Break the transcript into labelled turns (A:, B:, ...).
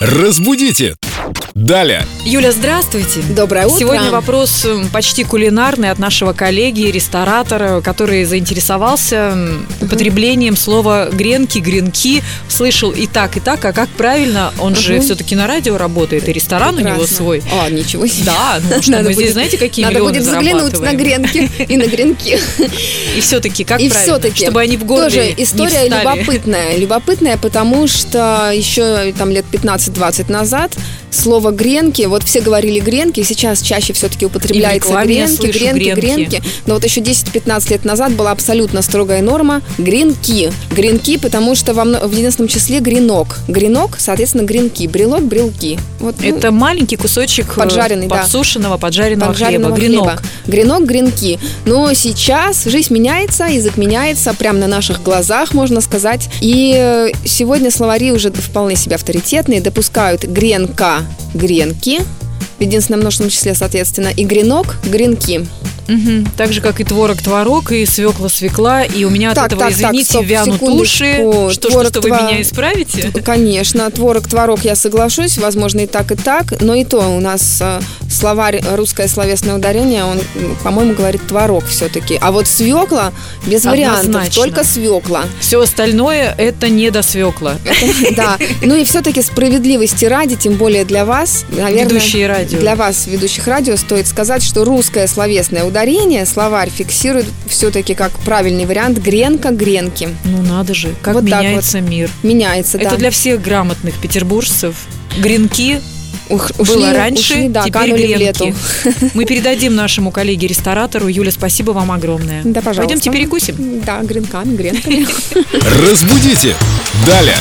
A: Разбудите! Далее!
B: Юля, здравствуйте.
C: Доброе утро.
B: Сегодня вопрос э, почти кулинарный от нашего коллеги, ресторатора, который заинтересовался м, употреблением слова гренки, гренки. Слышал и так, и так, а как правильно? Он же
C: Мгм.
B: все-таки на радио работает, и ресторан у него
C: Прекрасно.
B: свой.
C: А, ничего себе.
B: Да, ну что,
C: Надо
B: мы здесь
C: будет-
B: знаете, какие
C: Надо
B: миллионы
C: будет заглянуть на
B: зарабатываем?
C: гренки и на гренки.
B: И все-таки как
C: И
B: правильно?
C: все-таки
B: Чтобы они в
C: тоже
B: горле не
C: история
B: встали.
C: любопытная. Любопытная, потому что еще там лет 15-20 назад слово гренки, вот все говорили гренки, сейчас чаще все-таки употребляется
B: рекламе я
C: гренки,
B: слышу
C: гренки,
B: «гренки».
C: гренки. Но вот еще 10-15 лет назад была абсолютно строгая норма гренки. Гренки, потому что во мно- в единственном числе гренок. Гренок, соответственно, гренки. Брелок, брелки. Вот, ну,
B: Это маленький кусочек э,
C: Поджаренный, да.
B: подсушенного, поджаренного,
C: поджаренного
B: хлеба, гренок.
C: хлеба. Гренок, гренки. Но сейчас жизнь меняется, язык меняется, прямо на наших глазах, можно сказать. И э, сегодня словари уже вполне себе авторитетные, допускают гренка, гренки, в единственном множественном числе, соответственно, и гренок, гренки.
B: Мгм. Так же, как и творог, творог, и свекла, свекла. И у меня от
C: Так,
B: этого,
C: так, так,
B: извините,
C: стоп,
B: вянут
C: секундочку.
B: уши. Что, что,
C: Творог,
B: что вы
C: тва-
B: меня исправите?
C: Конечно, творог, творог, я соглашусь, возможно, и так, и так, но и то у нас э, словарь, э, русское словесное ударение, он, м, по-моему, говорит творог все-таки. А вот свекла без вариантов,
B: Однозначно.
C: только свекла.
B: Все остальное это не до свекла.
C: Да, ну и все-таки справедливости ради, тем более для вас, наверное,
B: Ведущие радио.
C: для вас, ведущих радио, стоит сказать, что русское словесное ударение словарь фиксирует все-таки как правильный вариант гренка гренки.
B: Ну надо же, как
C: Вот так
B: меняется мир.
C: Меняется, да.
B: Это для всех грамотных петербуржцев. Гренки
C: Ух,
B: было раньше,
C: ушли, да,
B: теперь
C: канули в
B: гренки.
C: лету.
B: Мы передадим нашему коллеге-ресторатору. Юля, спасибо вам огромное.
C: Да, пожалуйста.
B: Пойдемте перекусим.
C: Да, гренками, гренками.
A: Разбудите! Далее!